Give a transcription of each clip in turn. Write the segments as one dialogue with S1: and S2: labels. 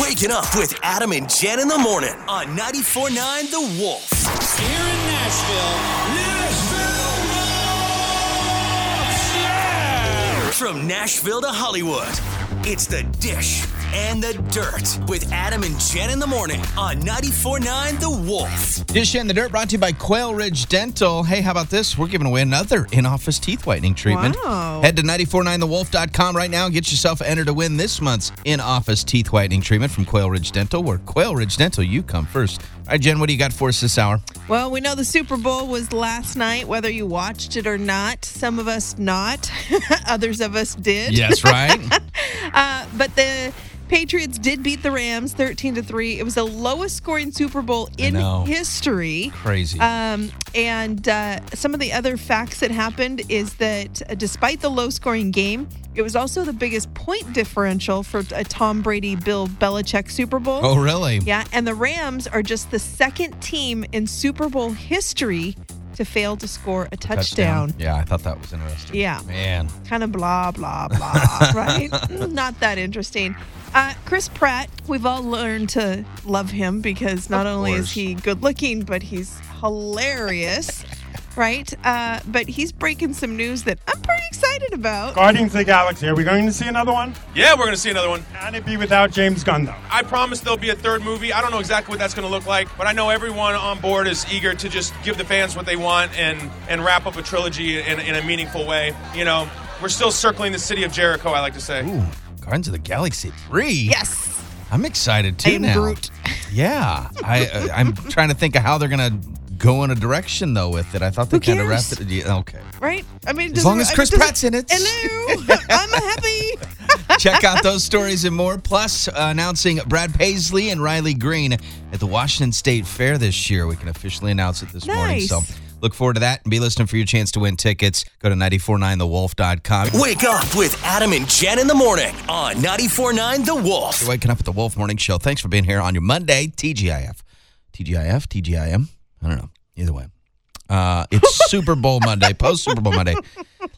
S1: Waking up with Adam and Jen in the morning on 94.9 The Wolf.
S2: Here in Nashville. Nashville!
S1: From Nashville to Hollywood, it's The Dish and the Dirt with Adam and Jen in the morning on 94.9 The Wolf.
S3: Dish and the Dirt brought to you by Quail Ridge Dental. Hey, how about this? We're giving away another in office teeth whitening treatment.
S4: Wow.
S3: Head to 949thewolf.com right now and get yourself entered to win this month's in office teeth whitening treatment from Quail Ridge Dental, where Quail Ridge Dental, you come first. All right, Jen, what do you got for us this hour?
S4: Well, we know the Super Bowl was last night, whether you watched it or not. Some of us not, others of us did.
S3: Yes, right?
S4: Uh, but the Patriots did beat the Rams 13 to 3. It was the lowest scoring Super Bowl in
S3: know.
S4: history.
S3: Crazy.
S4: Um, and uh, some of the other facts that happened is that uh, despite the low scoring game, it was also the biggest point differential for a Tom Brady Bill Belichick Super Bowl.
S3: oh, really?
S4: Yeah, and the Rams are just the second team in Super Bowl history to fail to score a touchdown.
S3: Yeah, I thought that was interesting.
S4: Yeah.
S3: Man.
S4: Kind of blah, blah, blah, right? Mm, Not that interesting. Uh, Chris Pratt, we've all learned to love him because not
S3: Of
S4: only
S3: course.
S4: is he good looking, but he's hilarious, right? Uh, but he's breaking some news that I'm pretty excited about.
S5: Guardians of the Galaxy. Are we going to see another one?
S6: Yeah, we're going to see another one.
S5: Can it be without James Gunn though?
S6: I promise there'll be a third movie. I don't know exactly what that's going to look like, but I know everyone on board is eager to just give the fans what they want and and wrap up a trilogy in, in a meaningful way. You know, we're still circling the city of Jericho. I like to say.
S3: Ooh, Guardians of the Galaxy 3.
S4: Yes.
S3: I'm excited too
S4: And
S3: now.
S4: Groot.
S3: Yeah, I uh, I'm trying to think of how they're gonna go in a direction though with it. I thought they
S4: Who
S3: kind of
S4: cares?
S3: wrapped it. yeah, Okay,
S4: Right? I mean,
S3: As
S4: does-
S3: long as
S4: I mean,
S3: Chris
S4: does-
S3: Pratt's in it.
S4: Hello. I'm happy.
S3: check out those stories and more. Plus, uh, announcing Brad Paisley and Riley Green at the Washington State Fair this year. We can officially announce it this morning.
S4: Nice.
S3: So look forward to that and be listening for your chance to win tickets. Go to 949thewolf.com.
S1: Wake up with Adam and Jen in the morning on 94.9 The Wolf.
S3: You're waking up at the Wolf Morning Show. Thanks for being here on your Monday, TGIF. TGIF, TGIM. I don't know. Either way. Uh, it's Super Bowl Monday, post Super Bowl Monday.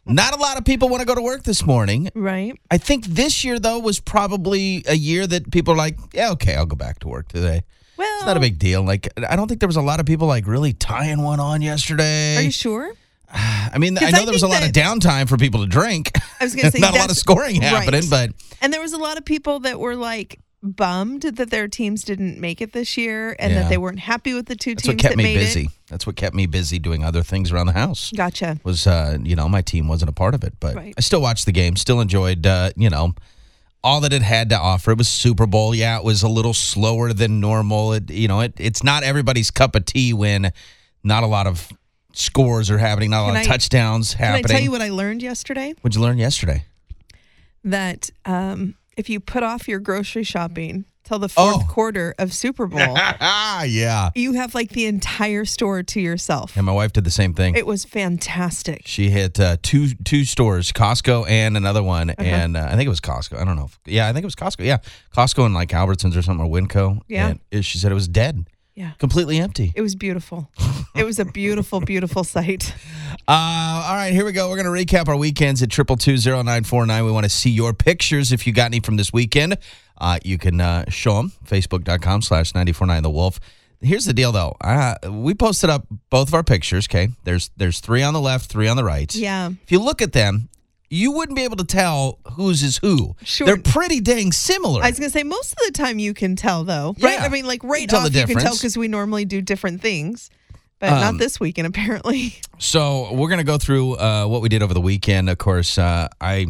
S3: Not a lot of people want to go to work this morning.
S4: Right.
S3: I think this year, though, was probably a year that people are like, yeah, okay, I'll go back to work today.
S4: Well,
S3: It's not a big deal. Like, I don't think there was a lot of people like really tying one on yesterday.
S4: Are you sure?
S3: I mean, I
S4: 'Cause
S3: know
S4: I
S3: there was a
S4: think
S3: lot of downtime for people to drink.
S4: I was going to say
S3: not a lot
S4: that's-
S3: of scoring
S4: right.
S3: happening, but
S4: and there was a lot of people that were like bummed that their teams didn't make it this year and
S3: Yeah.
S4: that they weren't happy with the two
S3: That's
S4: teams
S3: what kept
S4: that
S3: me
S4: made
S3: busy. That's what kept me busy doing other things around the house.
S4: it. Gotcha.
S3: Was uh, you know, my team wasn't a part of it, but
S4: Right.
S3: I still watched the game, still enjoyed uh, you know, all that it had to offer. It was Super Bowl. Yeah, it was a little slower than normal. It you know, it it's not everybody's cup of tea when not a lot of scores are happening, not a lot
S4: Can
S3: of
S4: I-
S3: touchdowns
S4: Can I
S3: happening.
S4: tell you what I learned yesterday?
S3: would you learn yesterday?
S4: That um, if you put off your grocery shopping till the fourth
S3: Oh.
S4: quarter of Super Bowl,
S3: Ah, yeah.
S4: you have like the entire store to yourself.
S3: And my wife did the same thing.
S4: It was fantastic.
S3: She hit uh, two two stores, Costco and another one,
S4: Uh-huh.
S3: and uh, I think it was Costco. I don't know. If, yeah, I think it was Costco. Yeah, Costco and like Albertsons or something or Winco.
S4: Yeah.
S3: And it- she said it was dead,
S4: Yeah.
S3: completely empty.
S4: It was beautiful. it was a beautiful, beautiful sight.
S3: Uh, all right, here we go. We're gonna recap our weekends at triple two zero nine four nine. We want to see your pictures if you got any from this weekend. Uh, you can uh, show them facebook.com slash ninety four nine the wolf. Here's the deal though. Uh, we posted up both of our pictures. Okay, there's there's three on the left, three on the right.
S4: Yeah.
S3: if you look at them, you wouldn't be able to tell whose is who.
S4: Sure.
S3: They're pretty dang similar.
S4: I was gonna say most of the time you can tell though, right?
S3: Yeah.
S4: I mean, like
S3: You
S4: right
S3: can tell
S4: off
S3: the
S4: you can tell
S3: difference. Um,
S4: because we normally do different things, but not this weekend apparently.
S3: so we're gonna go through uh, what we did over the weekend. Of course, uh, I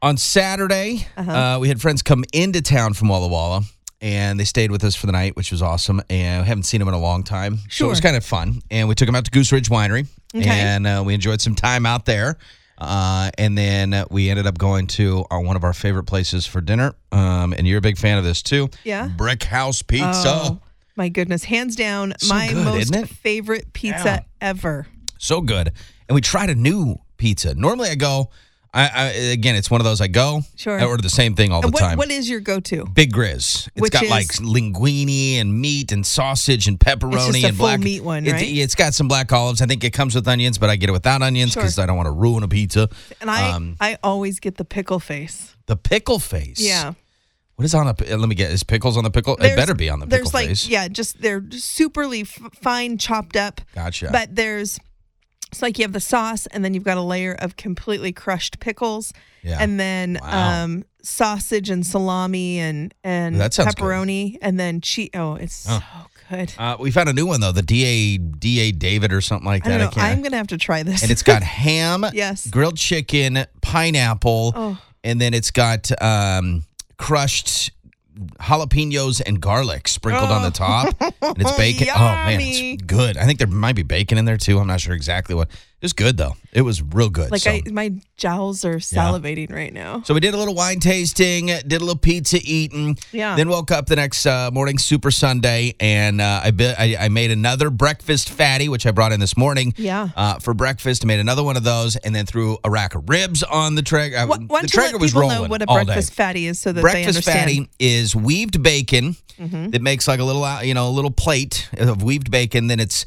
S3: on Saturday
S4: Uh-huh.
S3: uh we had friends come into town from Walla Walla. And they stayed with us for the night, which was awesome. And we haven't seen them in a long time. So it was
S4: Sure.
S3: kind of fun. And we took them out to Goose Ridge Winery.
S4: Okay.
S3: And uh, we enjoyed some time out there. Uh, and then uh, we ended up going to our, one of our favorite places for dinner. Um, and you're a big fan of this too.
S4: Yeah. Oh.
S3: Brick House Pizza.
S4: my goodness, hands down,
S3: So
S4: my
S3: good,
S4: most
S3: isn't it?
S4: favorite pizza
S3: Yeah.
S4: ever.
S3: so good. And we tried a new pizza. Normally, I go. I, I again, it's one of those I go.
S4: Sure.
S3: I order the same thing all the
S4: And what,
S3: time.
S4: what is your go-to?
S3: Big Grizz. It's
S4: Which
S3: got
S4: is-
S3: like linguine and meat and sausage and pepperoni
S4: It's just a
S3: and
S4: full
S3: black
S4: meat one,
S3: it,
S4: right?
S3: It's got some black olives. I think it comes with onions, but I get it without onions
S4: Sure.
S3: because I don't want to ruin a pizza.
S4: And I,
S3: Um,
S4: I always get the pickle face.
S3: The pickle face.
S4: Yeah,
S3: What is on the? Let me get. Is pickles on the pickle? it
S4: There's-
S3: better be on the
S4: There's
S3: pickle
S4: like
S3: face.
S4: yeah, just they're superly f- fine chopped up.
S3: Gotcha.
S4: But there's it's like you have the sauce and then you've got a layer of completely crushed pickles
S3: Yeah.
S4: and then
S3: Wow.
S4: um sausage and salami and and
S3: That sounds good.
S4: pepperoni and then cheese. Oh, it's so good.
S3: Uh, we found a new one though, the DA DA David or something like
S4: I don't
S3: that.
S4: know. I'm gonna have to try this.
S3: and it's got ham,
S4: Yes. Oh.
S3: grilled chicken, pineapple, and then it's got um, crushed jalapenos and garlic sprinkled on the top. And it's bacon. oh man,
S4: Yummy.
S3: it's good. I think there might be bacon in there too. I'm not sure exactly what. It's good though. It was real good.
S4: like
S3: so.
S4: I my jowls are salivating right now.
S3: So we did a little wine tasting, did a little pizza eating.
S4: Yeah.
S3: Then woke up the next uh, morning, Super Sunday, and uh, I, bit, I I made another breakfast fatty, which I brought in this morning.
S4: Yeah.
S3: Uh, for breakfast, I made another one of those, and then threw a rack of ribs on the Traeger. Uh,
S4: Why, why
S3: the
S4: don't you
S3: Traeger
S4: let
S3: was
S4: people
S3: rolling
S4: know what a
S3: all day.
S4: breakfast fatty is so that they
S3: breakfast
S4: understand? Mm-hmm.
S3: fatty is weaved bacon that makes like a little uh, you know a little plate of weaved bacon. Then it's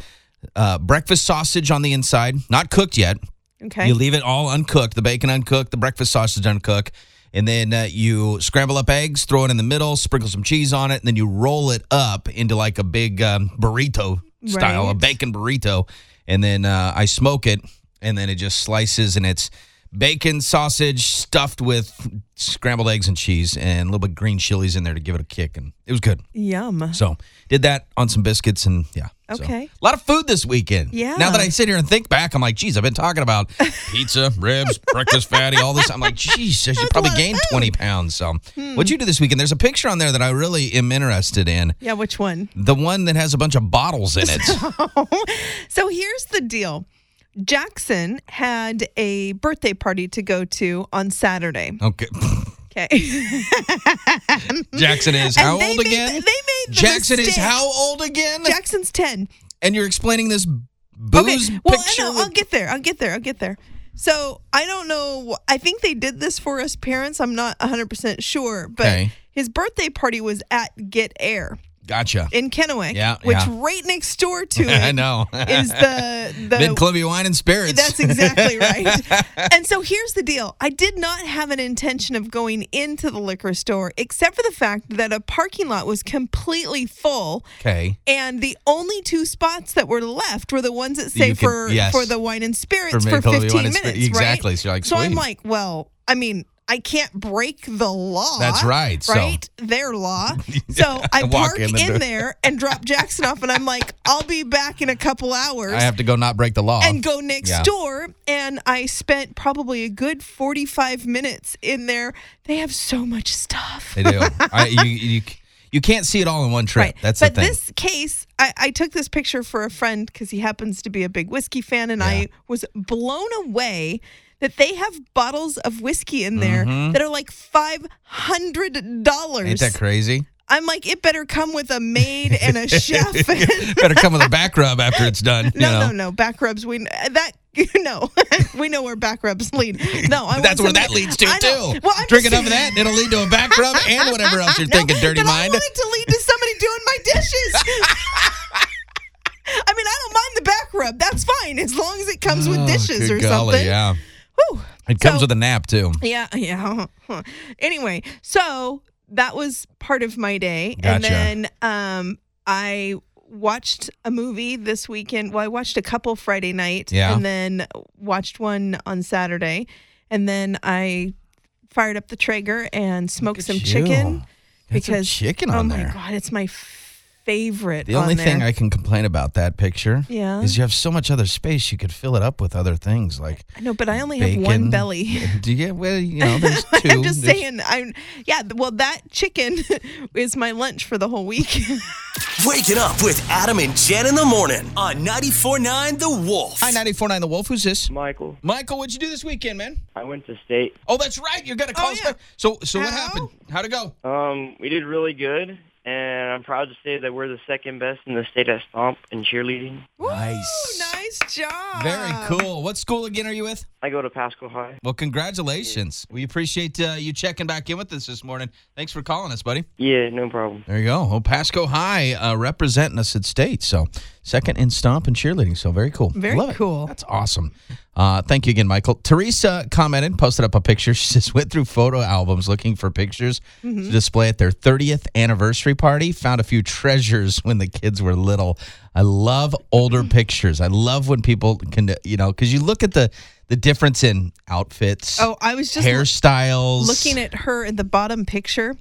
S3: uh, breakfast sausage on the inside, not cooked yet.
S4: Okay.
S3: You leave it all uncooked, the bacon uncooked, the breakfast sausage uncooked, and then uh, you scramble up eggs, throw it in the middle, sprinkle some cheese on it, and then you roll it up into like a big um, burrito style, a
S4: Right.
S3: bacon burrito, and then uh, I smoke it, and then it just slices, and it's bacon sausage stuffed with scrambled eggs and cheese, and a little bit of green chilies in there to give it a kick, and it was good.
S4: Yum.
S3: So did that on some biscuits and yeah. so.
S4: Okay.
S3: a lot of food this weekend.
S4: Yeah.
S3: Now that I sit here and think back, I'm like, geez, I've been talking about pizza, ribs, breakfast fatty, all this. I'm like, geez, I should probably gain 20 pounds. So
S4: Hmm.
S3: what'd you do this weekend? There's a picture on there that I really am interested in.
S4: Yeah, which one?
S3: The one that has a bunch of bottles in it.
S4: So here's the deal. Jackson had a birthday party to go to on Saturday.
S3: Okay.
S4: Okay.
S3: Jackson is
S4: And
S3: how
S4: they
S3: old
S4: made
S3: again?
S4: the- they made the
S3: Jackson is
S4: mistake.
S3: how old again?
S4: Jackson's 10.
S3: and you're explaining this booze
S4: okay. Well, I
S3: picture.
S4: know.
S3: with-
S4: I'll get there. I'll get there. I'll get there. So I don't know. I think they did this for us parents. I'm not 100% sure. But
S3: Okay.
S4: his birthday party was at Get Air
S3: gotcha.
S4: in Kennewick,
S3: Yeah,
S4: which
S3: yeah.
S4: right next door to it
S3: I know.
S4: is the, the
S3: Mid Columbia Wine and Spirits.
S4: That's exactly right. and so here's the deal I did not have an intention of going into the liquor store, except for the fact that a parking lot was completely full.
S3: okay.
S4: And the only two spots that were left were the ones that say
S3: You could-
S4: for
S3: yes.
S4: for the wine and
S3: For
S4: spirits for,
S3: Manitoba Wine
S4: 15
S3: and
S4: minutes,
S3: Spirit-
S4: right?
S3: exactly. So you're like,
S4: so I'm
S3: sweet.
S4: like, well, I mean, I can't break the law.
S3: That's right, so-
S4: Right? Their law. So I
S3: Walk
S4: park
S3: in
S4: in,
S3: the door.
S4: there and drop Jackson off, and I'm like, I'll be back in a couple hours
S3: I have to go not break the law.
S4: and go next
S3: Yeah.
S4: door. And I spent probably a good 45 minutes in there. They have so much stuff.
S3: They do. I, you, you, you can't see it all in one trip.
S4: Right.
S3: That's
S4: but
S3: the thing.
S4: this case, I, I took this picture for a friend because he happens to be a big whiskey fan, and I was blown away that they have bottles of whiskey in there that are like five hundred
S3: Mm-hmm. Ain't
S4: dollars.
S3: that crazy?
S4: I'm like, it better come with a maid and a chef.
S3: Better come with a back rub after it's done. you
S4: no,
S3: know?
S4: no, no, back rubs. We uh, that. You know, we know where back rubs lead. No, I
S3: That's where
S4: want something-
S3: that leads to
S4: I know.
S3: too.
S4: Well, I'm
S3: Drink
S4: just-
S3: enough of that, and it'll lead to a back rub and whatever else you're
S4: No,
S3: thinking, dirty
S4: but
S3: mind.
S4: I want it to lead to somebody doing my dishes. I mean, I don't mind the back rub. That's fine as long as it comes with
S3: Oh,
S4: dishes
S3: good
S4: or
S3: golly,
S4: something.
S3: Yeah,
S4: Whew.
S3: it comes
S4: So-
S3: with a nap too.
S4: Yeah, yeah. anyway, so that was part of my day,
S3: Gotcha.
S4: and then um, I watched a movie this weekend. Well, I watched a couple Friday night,
S3: Yeah.
S4: and then watched one on Saturday, and then I fired up the Traeger and smoked
S3: at
S4: some
S3: you.
S4: chicken
S3: Got some chicken
S4: oh
S3: on
S4: my
S3: there.
S4: god, it's my favorite.
S3: The only
S4: on there.
S3: thing I can complain about that picture
S4: Yeah.
S3: is you have so much other space you could fill it up with other things like
S4: I know, but I only
S3: bacon.
S4: have one belly.
S3: Do you? Well, you know, there's 2
S4: I'm just
S3: There's-
S4: saying. I'm yeah. Well, that chicken is my lunch for the whole week.
S1: Wake it up with Adam and Jen in the morning on 94.9 The Wolf.
S3: Hi, 94.9 The Wolf. Who's this?
S7: Michael,
S3: Michael, what'd you do this weekend, man?
S7: I went to state.
S3: Oh, that's right. You got a call.
S4: yeah.
S3: back. So, so what
S4: How?
S3: happened? How'd it go?
S7: Um, we did really good, and I'm proud to say that we're the second best in the state at stomp and cheerleading.
S3: Nice.
S4: Ooh, nice job.
S3: Very cool. What school again are you with?
S7: I go to Pasco High.
S3: Well, congratulations. We appreciate uh, you checking back in with us this morning. Thanks for calling us, buddy.
S7: Yeah, no problem.
S3: There you go. Well, Pasco High uh, representing us at state. So, second in stomp and cheerleading. So, very cool.
S4: Very
S3: Love it.
S4: cool.
S3: That's awesome. Uh, thank you again, Michael. Teresa commented, posted up a picture. She just went through photo albums looking for pictures
S4: Mm-hmm.
S3: to display at their 30th anniversary party. Found a few treasures when the kids were little. I love
S4: Mm.
S3: older pictures. I love when people can, you know, because you look at the the difference in outfits.
S4: Oh, I was just
S3: hairstyles.
S4: looking at her in the bottom picture.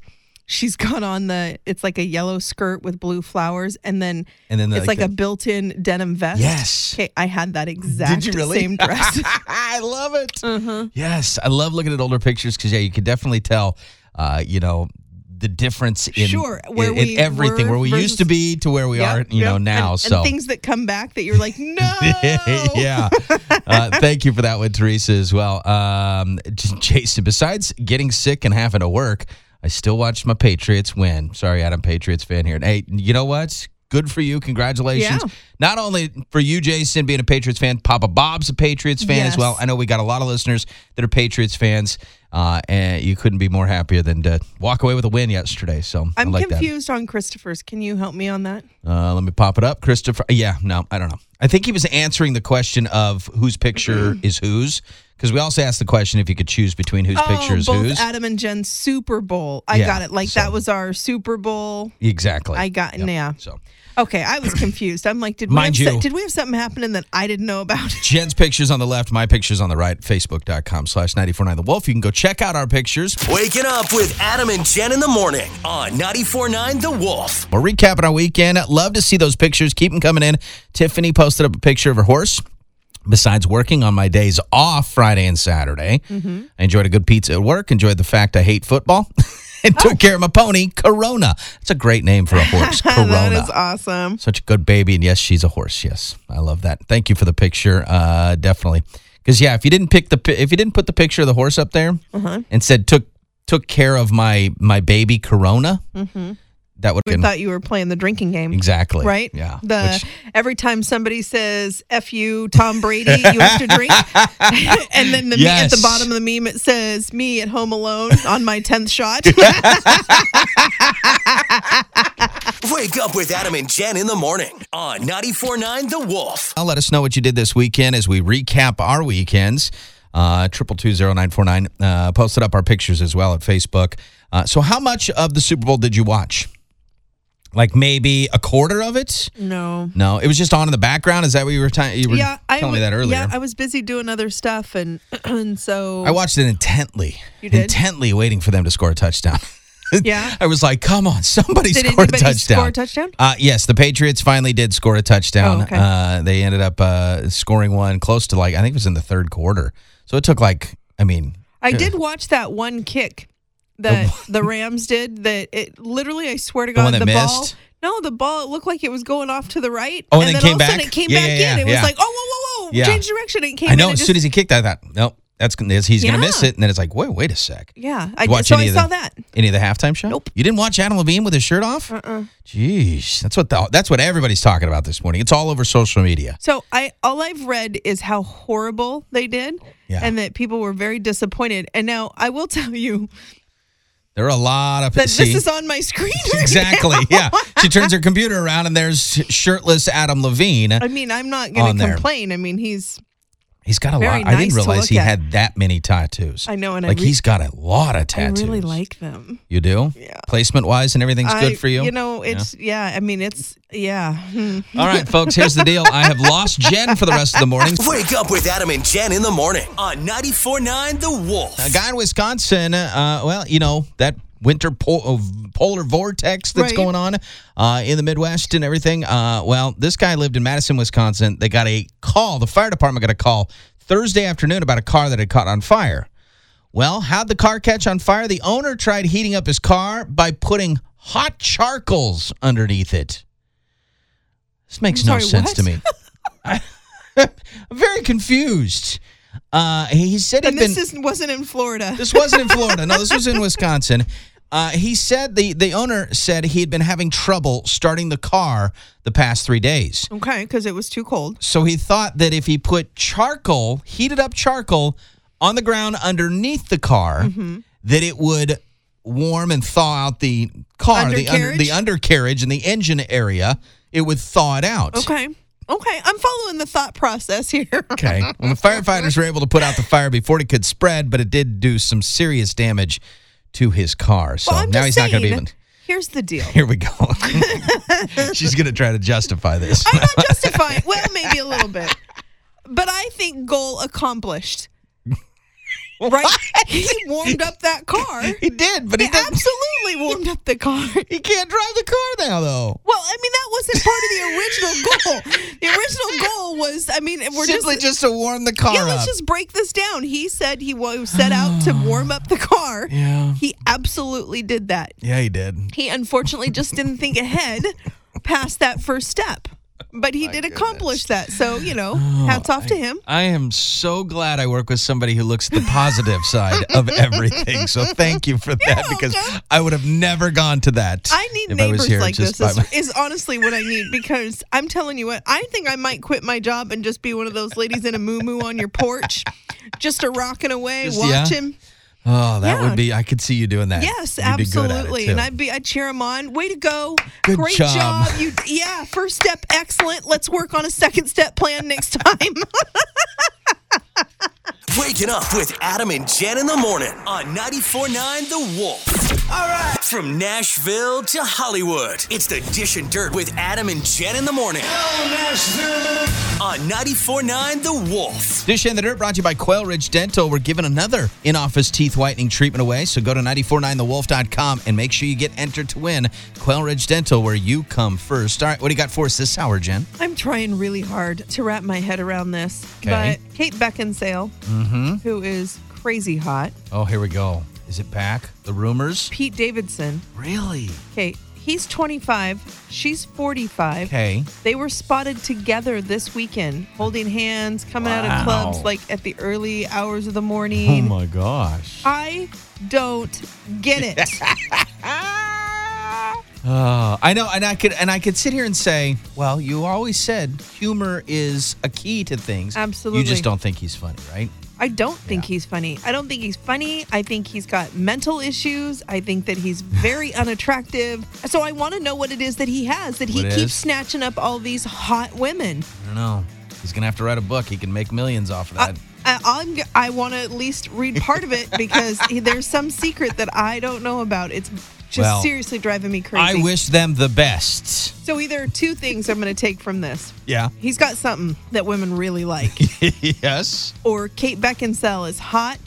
S4: She's got on the it's like a yellow skirt with blue flowers, and then
S3: And then the-
S4: it's
S3: like
S4: like,
S3: the-
S4: a built-in denim vest.
S3: Yes.
S4: Okay, I had that exact
S3: Did you really?
S4: same dress. Mm-hmm.
S3: I love it. Yes, I love looking at older pictures because yeah, you can definitely tell, uh, you know, the difference in
S4: Sure, where
S3: in, in
S4: we
S3: everything
S4: were
S3: where we used
S4: versus-
S3: to be to where we
S4: Yep,
S3: are, you know,
S4: yep.
S3: now.
S4: And-
S3: so
S4: and things that come back that you're like, no.
S3: yeah. Uh, thank you for that one, Teresa, as well. Um, J- Jason, besides getting sick and having to work, I still watched my Patriots win. Sorry, Adam, Patriots fan here. And hey, you know what? Good for you. Congratulations.
S4: Yeah.
S3: Not only for you, Jason, being a Patriots fan, Papa Bob's a Patriots fan as
S4: Yes.
S3: well. I know we got a lot of listeners that are Patriots fans, uh, and you couldn't be more happier than to walk away with a win yesterday. So I
S4: I'm
S3: like that.
S4: confused on Christopher's. Can you help me on that?
S3: Uh, let me pop it up, Christopher. Yeah, no, I don't know. I think he was answering the question of whose picture
S4: Mm-hmm.
S3: is whose, because we also asked the question if you could choose between whose picture is
S4: Oh, both
S3: whose.
S4: Adam and Jen's Super Bowl. I
S3: Yeah,
S4: got it. Like
S3: so-
S4: that was our Super Bowl.
S3: exactly.
S4: I got- yeah.
S3: So
S4: Okay, I was confused. I'm like, did we
S3: Mind
S4: have so-
S3: you-
S4: did we have something happening that I didn't know about?
S3: Jen's pictures on the left, my pictures on the right. Facebook.com slash 949 The Wolf. You can go check out our pictures.
S1: Waking up with Adam and Jen in the morning on 94.9 The Wolf.
S3: We're recapping our weekend. Love to see those pictures. Keep them coming in. Tiffany posted up a picture of her horse. Besides working on my days off Friday and Saturday,
S4: Mm-hmm.
S3: I enjoyed a good pizza at work, enjoyed the fact I hate football, and
S4: Oh.
S3: took care of my pony, Corona. That's a great name for a horse, Corona.
S4: that is awesome.
S3: Such a good baby. And yes, she's a horse. Yes, I love that. Thank you for the picture. Uh, definitely. Because yeah, if you didn't pick the pi- if you didn't put the picture of the horse up there
S4: Uh-huh.
S3: and said took took care of my my baby Corona, that would
S4: We
S3: have been
S4: thought you Mm-hmm. were playing the drinking game.
S3: Exactly.
S4: Right?
S3: Yeah.
S4: The
S3: Which-
S4: every time somebody says "f you," Tom Brady, you have to drink, and then the me-
S3: Yes.
S4: at the bottom of the meme it says "me at home alone on my tenth shot."
S1: Wake up with Adam and Jen in the morning on 94.9 The Wolf.
S3: Now let us know what you did this weekend as we recap our weekends. Uh, Triple two zero nine four nine uh, posted up our pictures as well at Facebook. Uh, so, how much of the Super Bowl did you watch? Like maybe a quarter of it?
S4: no.
S3: No, it was just on in the background. Is that what you were, ti- you were telling me
S4: wa-
S3: that earlier?
S4: Yeah, I was busy doing other stuff, and and so
S3: I watched it intently,
S4: You did?
S3: intently waiting for them to score a touchdown.
S4: Yeah.
S3: I was like, come on, somebody
S4: Did
S3: score a
S4: anybody
S3: touchdown.
S4: score a touchdown?
S3: Uh, yes, the Patriots finally did score a touchdown.
S4: Oh, okay.
S3: uh, they ended up uh, scoring one close to like, I think it was in the third quarter. So it took like, I mean,
S4: I did watch that one kick that the Rams did. That it literally, I swear to
S3: The
S4: God,
S3: one
S4: the,
S3: that
S4: ball.
S3: missed?
S4: No, the ball. It looked like it was going off to the right.
S3: Oh, and
S4: then
S3: then
S4: all
S3: came
S4: of a sudden
S3: back?
S4: it came
S3: Yeah,
S4: back
S3: yeah, yeah,
S4: in. It
S3: yeah.
S4: was like, oh, whoa, whoa, whoa,
S3: Yeah.
S4: change direction. It came.
S3: I
S4: in
S3: know
S4: and
S3: as
S4: just-
S3: soon as he kicked that, I thought, nope, that's gonna, he's going
S4: Yeah.
S3: to miss it. And then it's like, wait, wait a sec.
S4: Yeah,
S3: Did
S4: I
S3: you
S4: did. So I
S3: of the-
S4: saw that.
S3: Any of the halftime show?
S4: Nope.
S3: You didn't watch Adam Levine with his shirt off?
S4: Uh-uh.
S3: Jeez, that's what the, that's what everybody's talking about this morning. It's all over social media.
S4: So I all I've read is how horrible they did,
S3: Yeah.
S4: and that people were very disappointed. And now I will tell you
S3: There are a lot of
S4: that
S3: see?
S4: this is on my screen. right now.
S3: exactly. Yeah, she turns her computer around and there's shirtless Adam Levine.
S4: I mean, I'm not
S3: On
S4: going to
S3: there.
S4: complain. I mean, he's
S3: He's got a
S4: Very
S3: lot. I
S4: nice
S3: didn't
S4: to
S3: realize
S4: look
S3: he
S4: at.
S3: had that many tattoos.
S4: I know, and I
S3: like
S4: re-
S3: he's got a lot of
S4: I
S3: tattoos.
S4: really like them.
S3: you do. Yeah. Placement wise and everything's
S4: I-
S3: good for you.
S4: You know, it's yeah. I mean, it's yeah. Hmm.
S3: All right, folks. Here's the deal. I have lost Jen for the rest of the morning.
S1: Wake up with Adam and Jen in the morning on 94.9 The Wolf.
S3: A guy in Wisconsin, uh, well, you know, that winter pol- uh, polar vortex that's
S4: Right.
S3: going on uh, in the Midwest and everything. Uh, well, this guy lived in Madison, Wisconsin. They got a call, the fire department got a call Thursday afternoon about a car that had caught on fire. Well, how'd the car catch on fire? The owner tried heating up his car by putting hot charcoals underneath it. This makes no
S4: sorry,
S3: sense
S4: what?
S3: to me. I'm very confused. Uh, he said he'd
S4: And
S3: been.
S4: this is, wasn't in Florida.
S3: This wasn't in Florida. No, this was in Wisconsin. Uh, he said the the owner said he had been having trouble starting the car the past three days.
S4: Okay, because it was too cold.
S3: So he thought that if he put charcoal, heated up charcoal, on the ground underneath the car,
S4: Mm-hmm.
S3: that it would warm and thaw out the car, the
S4: Undercarriage?
S3: the undercarriage and the engine area. It would thaw it out.
S4: Okay. Okay, I'm following the thought process here.
S3: Okay. Well, the firefighters were able to put out the fire before it could spread, but it did do some serious damage to his car. So
S4: Well, I'm
S3: now
S4: just
S3: he's not going to be
S4: saying,
S3: even.
S4: Here's the deal.
S3: Here we go. She's going to try to justify this.
S4: I'm not justifying. Well, maybe a little bit, but I think goal accomplished. Right? He warmed up that car.
S3: he did, but he
S4: He
S3: didn't.
S4: absolutely warmed up the car.
S3: He can't drive the car now, though.
S4: Well, I mean that wasn't part of the original goal. The original goal was, I mean, we're
S3: Simply
S4: just
S3: just, to warm the car
S4: yeah,
S3: up.
S4: let's just break this down. He said he was set out to warm up the car.
S3: Yeah.
S4: He absolutely did that.
S3: yeah, he did.
S4: He unfortunately just didn't think ahead past that first step. But he did accomplish that. So, you know, hats off to him.
S3: Oh, I am so glad I work with somebody who looks at the positive side of everything. So thank you for that because
S4: welcome.
S3: I would have never gone to that.
S4: I need
S3: if was
S4: neighbors
S3: here
S4: like
S3: just
S4: this
S3: by
S4: is,
S3: my-
S4: is honestly what I need because I'm telling you what, I think I might quit my job and just be one of those ladies in a moo on your porch, just a rocking away,
S3: Just- yeah.
S4: watching.
S3: Oh, that
S4: Yeah.
S3: would be. I could see you doing that.
S4: Yes,
S3: You'd be good at it,
S4: absolutely. And
S3: too.
S4: I'd be I'd cheer him on. Way to go.
S3: Good
S4: Great
S3: job.
S4: job. You yeah, first step excellent. Let's work on a second step plan next time.
S1: Waking up with Adam and Jen in the morning on 94.9 The Wolf. All right. From Nashville to Hollywood, it's the Dish and Dirt with Adam and Jen in the morning. On 94.9 The Wolf.
S3: Dish in the Dirt brought to you by Quail Ridge Dental. We're giving another in office teeth whitening treatment away. So go to 949thewolf.com and make sure you get entered to win Quail Ridge Dental, where you come first. All right, what do you got for us this hour, Jen?
S4: I'm trying really hard to wrap my head around this.
S3: Okay.
S4: But Kate Beckinsale, who is crazy hot,
S3: Oh, here we go. Is it back? The rumors?
S4: Pete Davidson,
S3: Really?
S4: okay, he's 25, she's 45.
S3: Okay.
S4: They were spotted together this weekend, holding hands, coming out
S3: Wow.
S4: of clubs like at the early hours of the morning.
S3: Oh, my gosh.
S4: I don't get it.
S3: Uh, I know, and I could and I could sit here and say, well, you always said humor is a key to things. You
S4: Absolutely.
S3: just don't think he's funny, right?
S4: I don't think he's funny. I don't think he's funny. I think he's got mental issues. I think that he's very unattractive. So I want to know what it is that he has that he
S3: What it
S4: keeps
S3: is?
S4: snatching up all these hot women.
S3: I don't know. He's gonna have to write a book. He can make millions off of
S4: I,
S3: that.
S4: I, Uh, I'm, g- I want to at least read part of it because he- there's some secret that I don't know about. It's just
S3: Well,
S4: seriously driving me
S3: I
S4: crazy.
S3: wish them the best.
S4: so either two things I'm going to take from this.
S3: Yeah.
S4: He's got something that women really like.
S3: yes.
S4: or Kate Beckinsale is hot,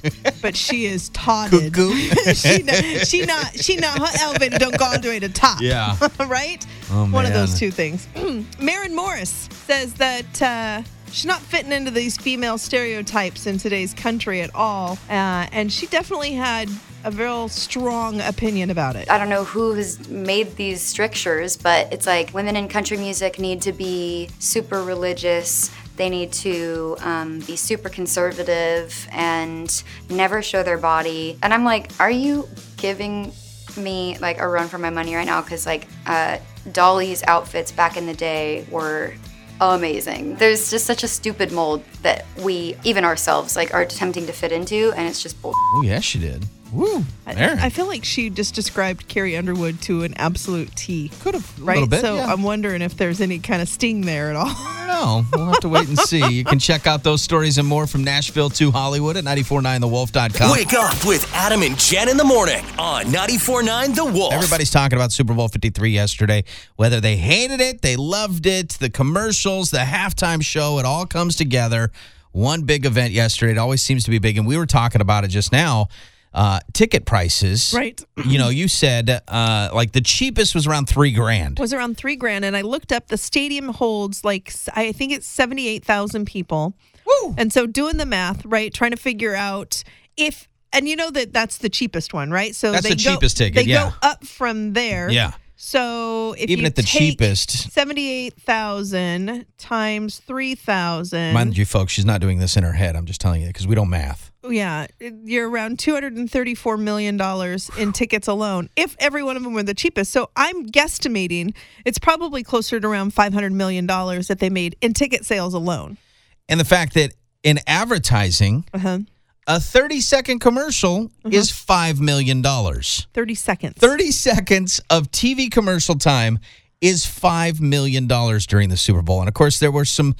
S4: but she is totted.
S3: Cuckoo.
S4: she, not, she not she not hot Elvin don't go all the way to top.
S3: Yeah.
S4: right?
S3: Oh,
S4: One of
S3: man.
S4: those two things. Marin Morris says that uh, she's not fitting into these female stereotypes in today's country at all. Uh, and she definitely had a real strong opinion about it.
S8: I don't know who has made these strictures, but it's like women in country music need to be super religious. They need to um, be super conservative and never show their body. And I'm like, are you giving me like a run for my money right now? Because like uh, Dolly's outfits back in the day were amazing. There's just such a stupid mold that we, even ourselves, like are attempting to fit into, and it's just bull.
S3: Oh yes, she did. Woo. There.
S4: I feel like she just described Carrie Underwood to an absolute T.
S3: could have a
S4: Right?
S3: little bit.
S4: so um,
S3: yeah.
S4: I'm wondering if there's any kind of sting there at all.
S3: I don't know. We'll have to wait and see. You can check out those stories and more from Nashville to Hollywood at 949thewolf.com.
S1: Wake up with Adam and Jen in the morning on 94.9 The Wolf.
S3: Everybody's talking about Super Bowl 53 yesterday. Whether they hated it, they loved it, the commercials, the halftime show, it all comes together. One big event yesterday. It always seems to be big. And we were talking about it just now. Uh, ticket prices.
S4: Right.
S3: You know, you said uh, like the cheapest was around three grand.
S4: was around three grand, and I looked up. The stadium holds like s- I think it's seventy eight thousand people. Woo! And so doing the math, right, trying to figure out if and you know that that's the cheapest one, right? So
S3: That's
S4: they
S3: the
S4: go-
S3: cheapest ticket,
S4: They
S3: yeah.
S4: go up from there.
S3: Yeah.
S4: So if
S3: Even
S4: you
S3: at the
S4: take
S3: cheapest.
S4: seventy eight thousand times three
S3: Mind
S4: thousand,
S3: you, folks, she's not doing this in her head. I'm just telling you because we don't math.
S4: yeah, eh, you're around two hundred and thirty four million dollars in tickets alone. If every one of them were the cheapest, so I'm guesstimating it's probably closer to around five hundred million dollars that they made in ticket sales alone.
S3: And the fact that in advertising,
S4: Uh-huh.
S3: a 30 second commercial is $5 million.
S4: Thirty seconds.
S3: 30 seconds of TV commercial time is $5 million during the Super Bowl. And of course, there were some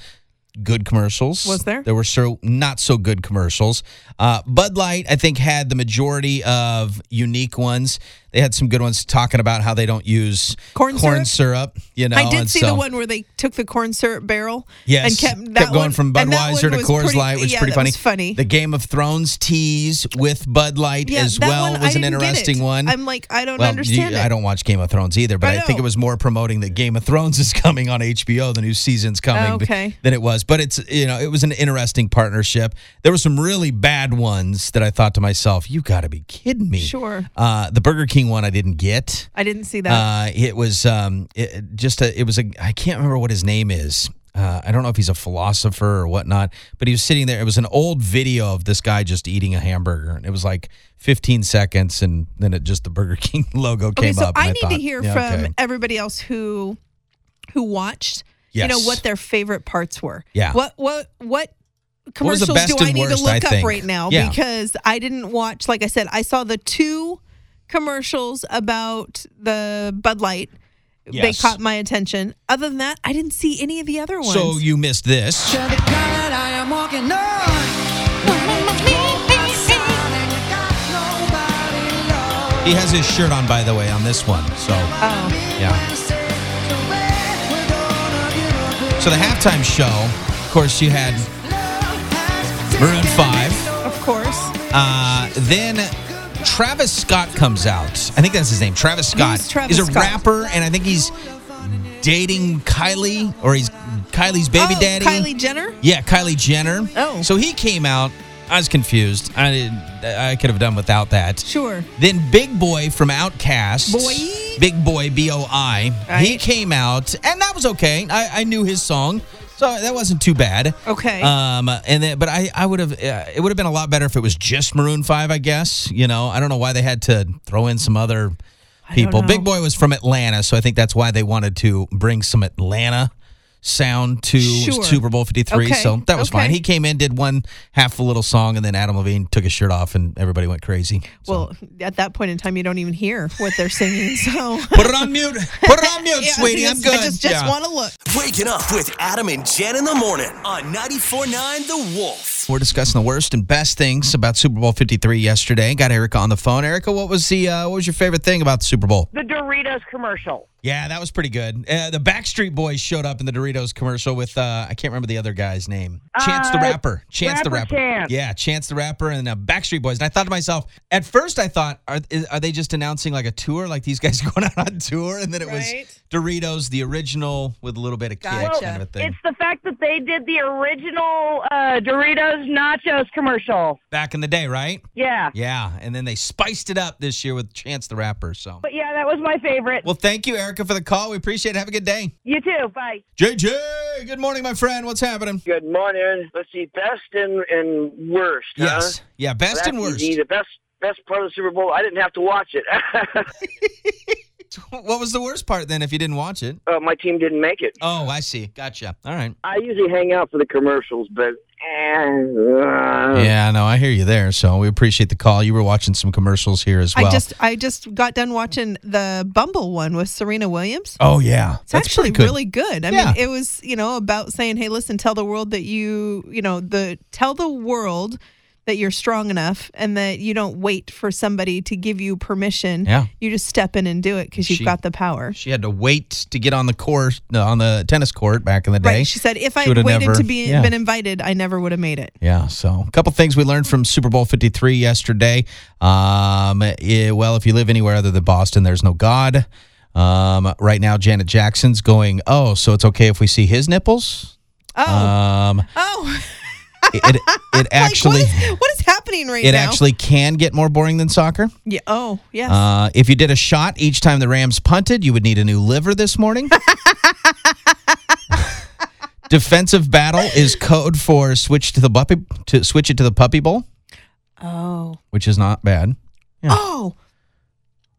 S3: good commercials.
S4: Was there?
S3: There were so not so good commercials. Uh, Bud Light, I think, had the majority of unique ones. They had some good ones talking about how they don't use
S4: Corn
S3: syrup. you know,
S4: I did
S3: and
S4: see
S3: so-
S4: the one where they took the corn syrup barrel
S3: Yes,
S4: and kept that
S3: going
S4: one-
S3: from
S4: and that
S3: Budweiser
S4: one
S3: to
S4: was
S3: Coors
S4: pretty-
S3: Light, which
S4: yeah,
S3: is pretty
S4: that
S3: funny.
S4: was funny.
S3: The Game of Thrones tease with Bud Light
S4: Yeah,
S3: as
S4: that
S3: well
S4: one, I
S3: was an
S4: didn't get
S3: interesting
S4: it.
S3: one.
S4: I'm like, I don't
S3: well,
S4: understand
S3: you-
S4: it.
S3: I don't watch Game of Thrones either, but
S4: I
S3: I, think
S4: know.
S3: it was more promoting that Game of Thrones is coming on HBO, the new season's coming,
S4: Oh, okay.
S3: than it was. But it's you know, it was an interesting partnership. There were some really bad ones that I thought to myself, "You got to be kidding me!"
S4: Sure.
S3: Uh, the Burger King one I didn't get.
S4: I didn't see that.
S3: Uh, it was um, it, it just a, it was a I can't remember what his name is. Uh, I don't know if he's a philosopher or whatnot, but he was sitting there. It was an old video of this guy just eating a hamburger, and it was like 15 seconds, and then it just the Burger King logo
S4: okay,
S3: came
S4: so
S3: up. and
S4: I need to
S3: thought,
S4: hear
S3: yeah,
S4: from
S3: okay.
S4: everybody else who who watched. You know
S3: Yes.
S4: what their favorite parts were.
S3: Yeah.
S4: What what what
S3: was the
S4: commercials
S3: best
S4: do I
S3: and
S4: need
S3: worst,
S4: to
S3: I
S4: look up
S3: think?
S4: right now?
S3: Yeah.
S4: Because I didn't watch. Like I said, I saw the two commercials about the Bud Light. They
S3: Yes.
S4: caught my attention. Other than that, I didn't see any of the other ones.
S3: So you missed this. He has his shirt on, by the way, on this one. So
S4: oh,
S3: yeah. So the halftime show, of course, you had Maroon Five.
S4: of course.
S3: Uh, then Travis Scott comes out. I think that's his name. Travis Scott
S4: Who's Travis
S3: is a
S4: Scott?
S3: rapper, and I think he's dating Kylie, or he's Kylie's baby
S4: oh,
S3: daddy.
S4: Kylie Jenner.
S3: Yeah, Kylie Jenner.
S4: Oh.
S3: so he came out. I was confused. I didn't, I could have done without that.
S4: Sure.
S3: Then Big Boy from Outkast.
S4: Boy.
S3: Big Boy, B O I. He
S4: Right.
S3: came out, and that was okay. I, I knew his song, so that wasn't too bad.
S4: Okay.
S3: Um, and then, but I, I would have, uh, it would have been a lot better if it was just Maroon 5, I guess. You know, I don't know why they had to throw in some other people.
S4: know.
S3: Big Boy was from Atlanta, so I think that's why they wanted to bring some Atlanta sound to
S4: Sure.
S3: Super Bowl 53.
S4: Okay.
S3: So that was
S4: Okay.
S3: fine. He came in, did one half a little song, and then Adam Levine took his shirt off, and everybody went crazy. So-
S4: Well, at that point in time, you don't even hear what they're singing. So,
S3: Put it on mute. Put it on mute,
S4: Yeah,
S3: sweetie.
S4: I
S3: I'm
S4: just-
S3: good.
S4: I just, just
S3: Yeah.
S4: want to look.
S1: Waking up with Adam and Jen in the morning on 94.9 The Wolf.
S3: We're discussing the worst and best things about Super Bowl 53 yesterday. Got Erica on the phone. Erica, what was the uh, what was your favorite thing about the Super Bowl?
S9: The Doritos commercial.
S3: Yeah, that was pretty good. Uh, the Backstreet Boys showed up in the Doritos commercial with uh, I can't remember the other guy's name. Chance the
S9: Uh,
S3: rapper. Chance the rapper.
S9: Rapper Chance.
S3: Yeah, Chance the rapper and uh, Backstreet Boys. And I thought to myself, at first I thought, are is, are they just announcing like a tour? Like these guys are going out on tour? And then it
S4: Right.
S3: was Doritos, the original with a little bit of kick
S4: Gotcha.
S3: kind of a thing.
S9: It's the fact that they did the original uh, Doritos Nachos commercial.
S3: back in the day, right?
S9: Yeah.
S3: Yeah, and then they spiced it up this year with Chance the Rapper. So,
S9: But yeah, that was my favorite.
S3: well, thank you, Erica, for the call. We appreciate it. Have a good day.
S9: You too. Bye.
S3: JJ, good morning, my friend. What's happening?
S7: Good morning. Let's see, best and, and worst.
S3: Yes, yeah, best and worst.
S7: The best, best part of the Super Bowl, I didn't have to watch it.
S3: What was the worst part then? If you didn't watch it?
S7: Uh, my team didn't make it.
S3: Oh, I see. Gotcha. All right.
S7: I usually hang out for the commercials, but uh,
S10: Uh-huh.
S3: Yeah, no, I hear you there. So we appreciate the call. You were watching some commercials here as well.
S4: I just I just got done watching the Bumble one with Serena Williams.
S3: oh yeah,
S4: It's actually
S3: pretty good.
S4: really good. I
S3: Yeah.
S4: mean, it was, you know, about saying, "Hey, listen, tell the world that you, you know, the tell the world that you're strong enough and that you don't wait for somebody to give you permission.
S3: Yeah.
S4: You just step in and do it cuz you've
S3: She-
S4: got the power."
S3: She had to wait to get on the court no, on the tennis court back in the day.
S4: Right. She said, "If I
S3: She
S4: had
S3: would've
S4: waited
S3: never-
S4: to be
S3: yeah.
S4: been invited, I never would have made it."
S3: Yeah, so a couple things we learned from Super Bowl 53 yesterday. Um, eh, well, if you live anywhere other than Boston, there's no God. Um, right now, Janet Jackson's going, oh, so it's okay if we see his nipples?
S4: Oh.
S3: Um,
S4: oh.
S3: it, it, it actually,
S4: like, what is, what is happening right
S3: it
S4: now?
S3: actually can get more boring than soccer.
S4: yeah. Oh, yes.
S3: Uh, if you did a shot each time the Rams punted, you would need a new liver this morning. Defensive battle is code for switch to the puppy to switch it to the puppy bowl,
S4: oh.
S3: which is not bad.
S4: Oh.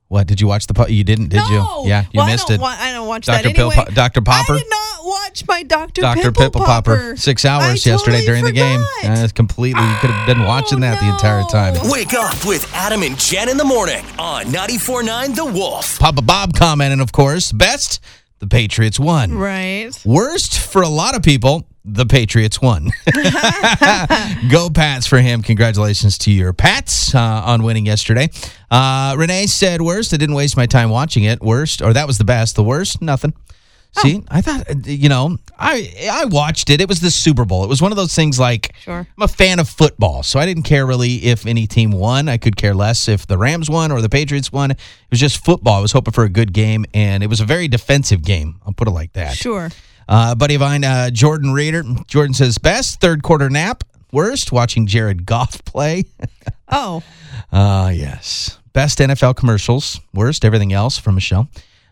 S3: What did you watch the? Po- you didn't, did
S4: no.
S3: you? Yeah, you
S4: Well,
S3: missed
S4: I don't
S3: it.
S4: wa- I don't watch that
S3: Dr. Pill
S4: anyway.
S3: Po- Dr. Popper?
S4: I did not watch my Dr.
S3: Doctor
S4: Pimple,
S3: Pipple Popper, six hours
S4: I
S3: yesterday
S4: totally
S3: during the game.
S4: forgot. Oh,
S3: Uh, it's completely you could have been watching that the entire time.
S4: no.
S1: Wake up with Adam and Jen in the morning on 94.9 The Wolf.
S3: Papa Bob commenting, of course, best the Patriots won.
S4: Right.
S3: Worst for a lot of people, the Patriots won. Go Pats for him. Congratulations to your Pats uh, on winning yesterday. Uh, Renee said worst. I didn't waste my time watching it. Worst, or that was the best. The worst, nothing. See, I thought uh, you know, I I watched it. It was the Super Bowl. It was one of those things like
S4: Sure.
S3: I'm a fan of football, so I didn't care really if any team won. I could care less if the Rams won or the Patriots won. It was just football. I was hoping for a good game, and it was a very defensive game. I'll put it like that.
S4: Sure.
S3: Uh, buddy of mine, uh, Jordan Reader. Jordan says best third quarter nap. Worst watching Jared Goff play.
S4: Oh,
S3: Ah, yes. Best NFL commercials. Worst everything else from Michelle.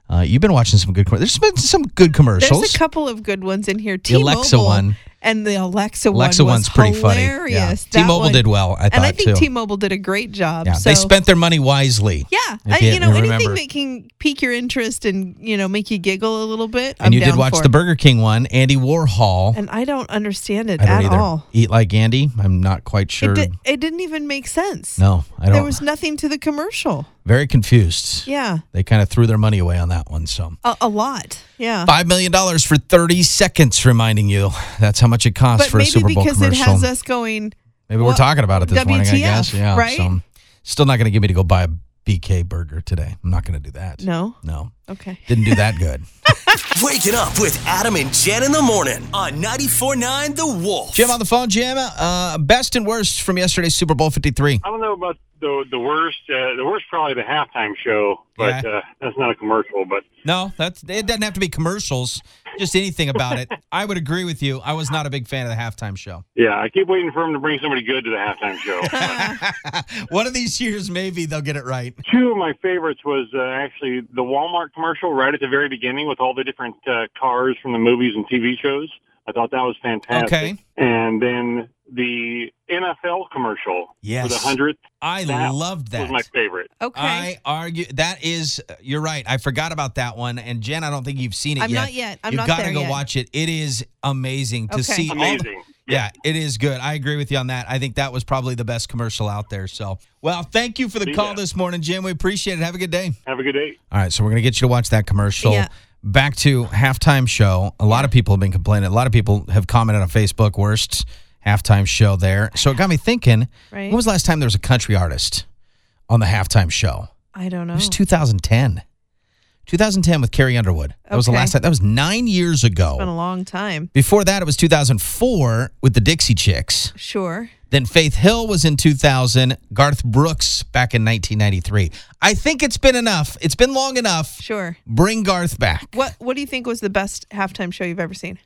S3: Uh, you've been watching some good. commer- There's been some good commercials.
S4: there's a couple of good ones in here.
S3: The
S4: T-Mobile
S3: Alexa one.
S4: and the Alexa,
S3: Alexa
S4: one was
S3: one's pretty funny. Yeah.
S4: hilarious. That
S3: T-Mobile
S4: one-
S3: did well, I
S4: and I
S3: thought,
S4: think
S3: too.
S4: T-Mobile did a great job.
S3: yeah,
S4: so.
S3: they spent their money wisely.
S4: Yeah,
S3: If
S4: I, you know anything
S3: remember.
S4: that can pique your interest and you know make you giggle a little bit. I'm
S3: and you did
S4: down
S3: watch
S4: for.
S3: the Burger King one, Andy Warhol.
S4: and I don't understand it
S3: I don't
S4: at
S3: either.
S4: all.
S3: Eat like Andy. I'm not quite sure.
S4: It, di- it didn't even make sense.
S3: no, I
S4: there
S3: don't.
S4: was nothing to the commercial.
S3: very confused.
S4: Yeah,
S3: They kind of threw their money away on that one. So.
S4: a, a lot. Yeah,
S3: Five million dollars for thirty seconds, reminding you that's how much it costs
S4: but
S3: for a
S4: maybe
S3: Super Bowl
S4: because
S3: commercial.
S4: it has us going.
S3: maybe we're
S4: well,
S3: talking about it this morning, I
S4: WTF,
S3: guess. Yeah,
S4: right?
S3: so still not going to get me to go buy a BK burger today. I'm not going to do that.
S4: No,
S3: no,
S4: okay.
S3: didn't do that good.
S1: Waking up with Adam and Jen in the morning on 94.9 The Wolf.
S3: Jim on the phone. Jim, uh, best and worst from yesterday's Super Bowl Fifty Three.
S10: I don't know about the the worst. Uh, the worst probably the halftime show, but
S3: Yeah.
S10: uh, that's not a commercial. But
S3: No, that's it. Doesn't have to be commercials. Just anything about it. I would agree with you. I was not a big fan of the halftime show.
S10: yeah, I keep waiting for him to bring somebody good to the halftime show.
S3: One of these years, maybe they'll get it right.
S10: Two of my favorites was uh, actually the Walmart commercial right at the very beginning with all the different uh, cars from the movies and TV shows. I thought that was fantastic.
S3: Okay.
S10: And then the NFL commercial
S3: Yes.
S10: for the hundredth.
S3: I
S10: That
S3: loved that.
S10: was my favorite.
S4: Okay.
S3: I argue that is you're right. I forgot about that one, and Jen, I don't think you've seen it
S4: I'm
S3: yet.
S4: not yet. I'm
S3: you've
S4: not
S3: got to
S4: there
S3: go
S4: yet.
S3: watch it. It is amazing to
S4: Okay.
S3: see. all the-
S10: Amazing.
S3: yeah, it is good. I agree with you on that. I think that was probably the best commercial out there. So, well, thank you for the
S10: See
S3: call
S10: ya.
S3: this morning, Jim. We appreciate it. Have a good day.
S10: Have a good day.
S3: All right, so we're gonna get you to watch that commercial.
S4: Yeah.
S3: Back to halftime show. A lot of people have been complaining. A lot of people have commented on Facebook worst halftime show there. So it got me thinking.
S4: Right.
S3: When was the last time there was a country artist on the halftime show?
S4: I don't know.
S3: It was 2010. 2010 with Carrie Underwood. That was the
S4: Okay.
S3: last time. That was nine years
S4: been a
S3: ago.
S4: long time.
S3: Before that, it was 2004 with the Dixie Chicks.
S4: Sure.
S3: Then Faith Hill was in 2000. Garth Brooks back in 1993. I think it's been enough. It's been long enough.
S4: Sure.
S3: Bring Garth back.
S4: What What do you think was the best halftime show you've ever seen?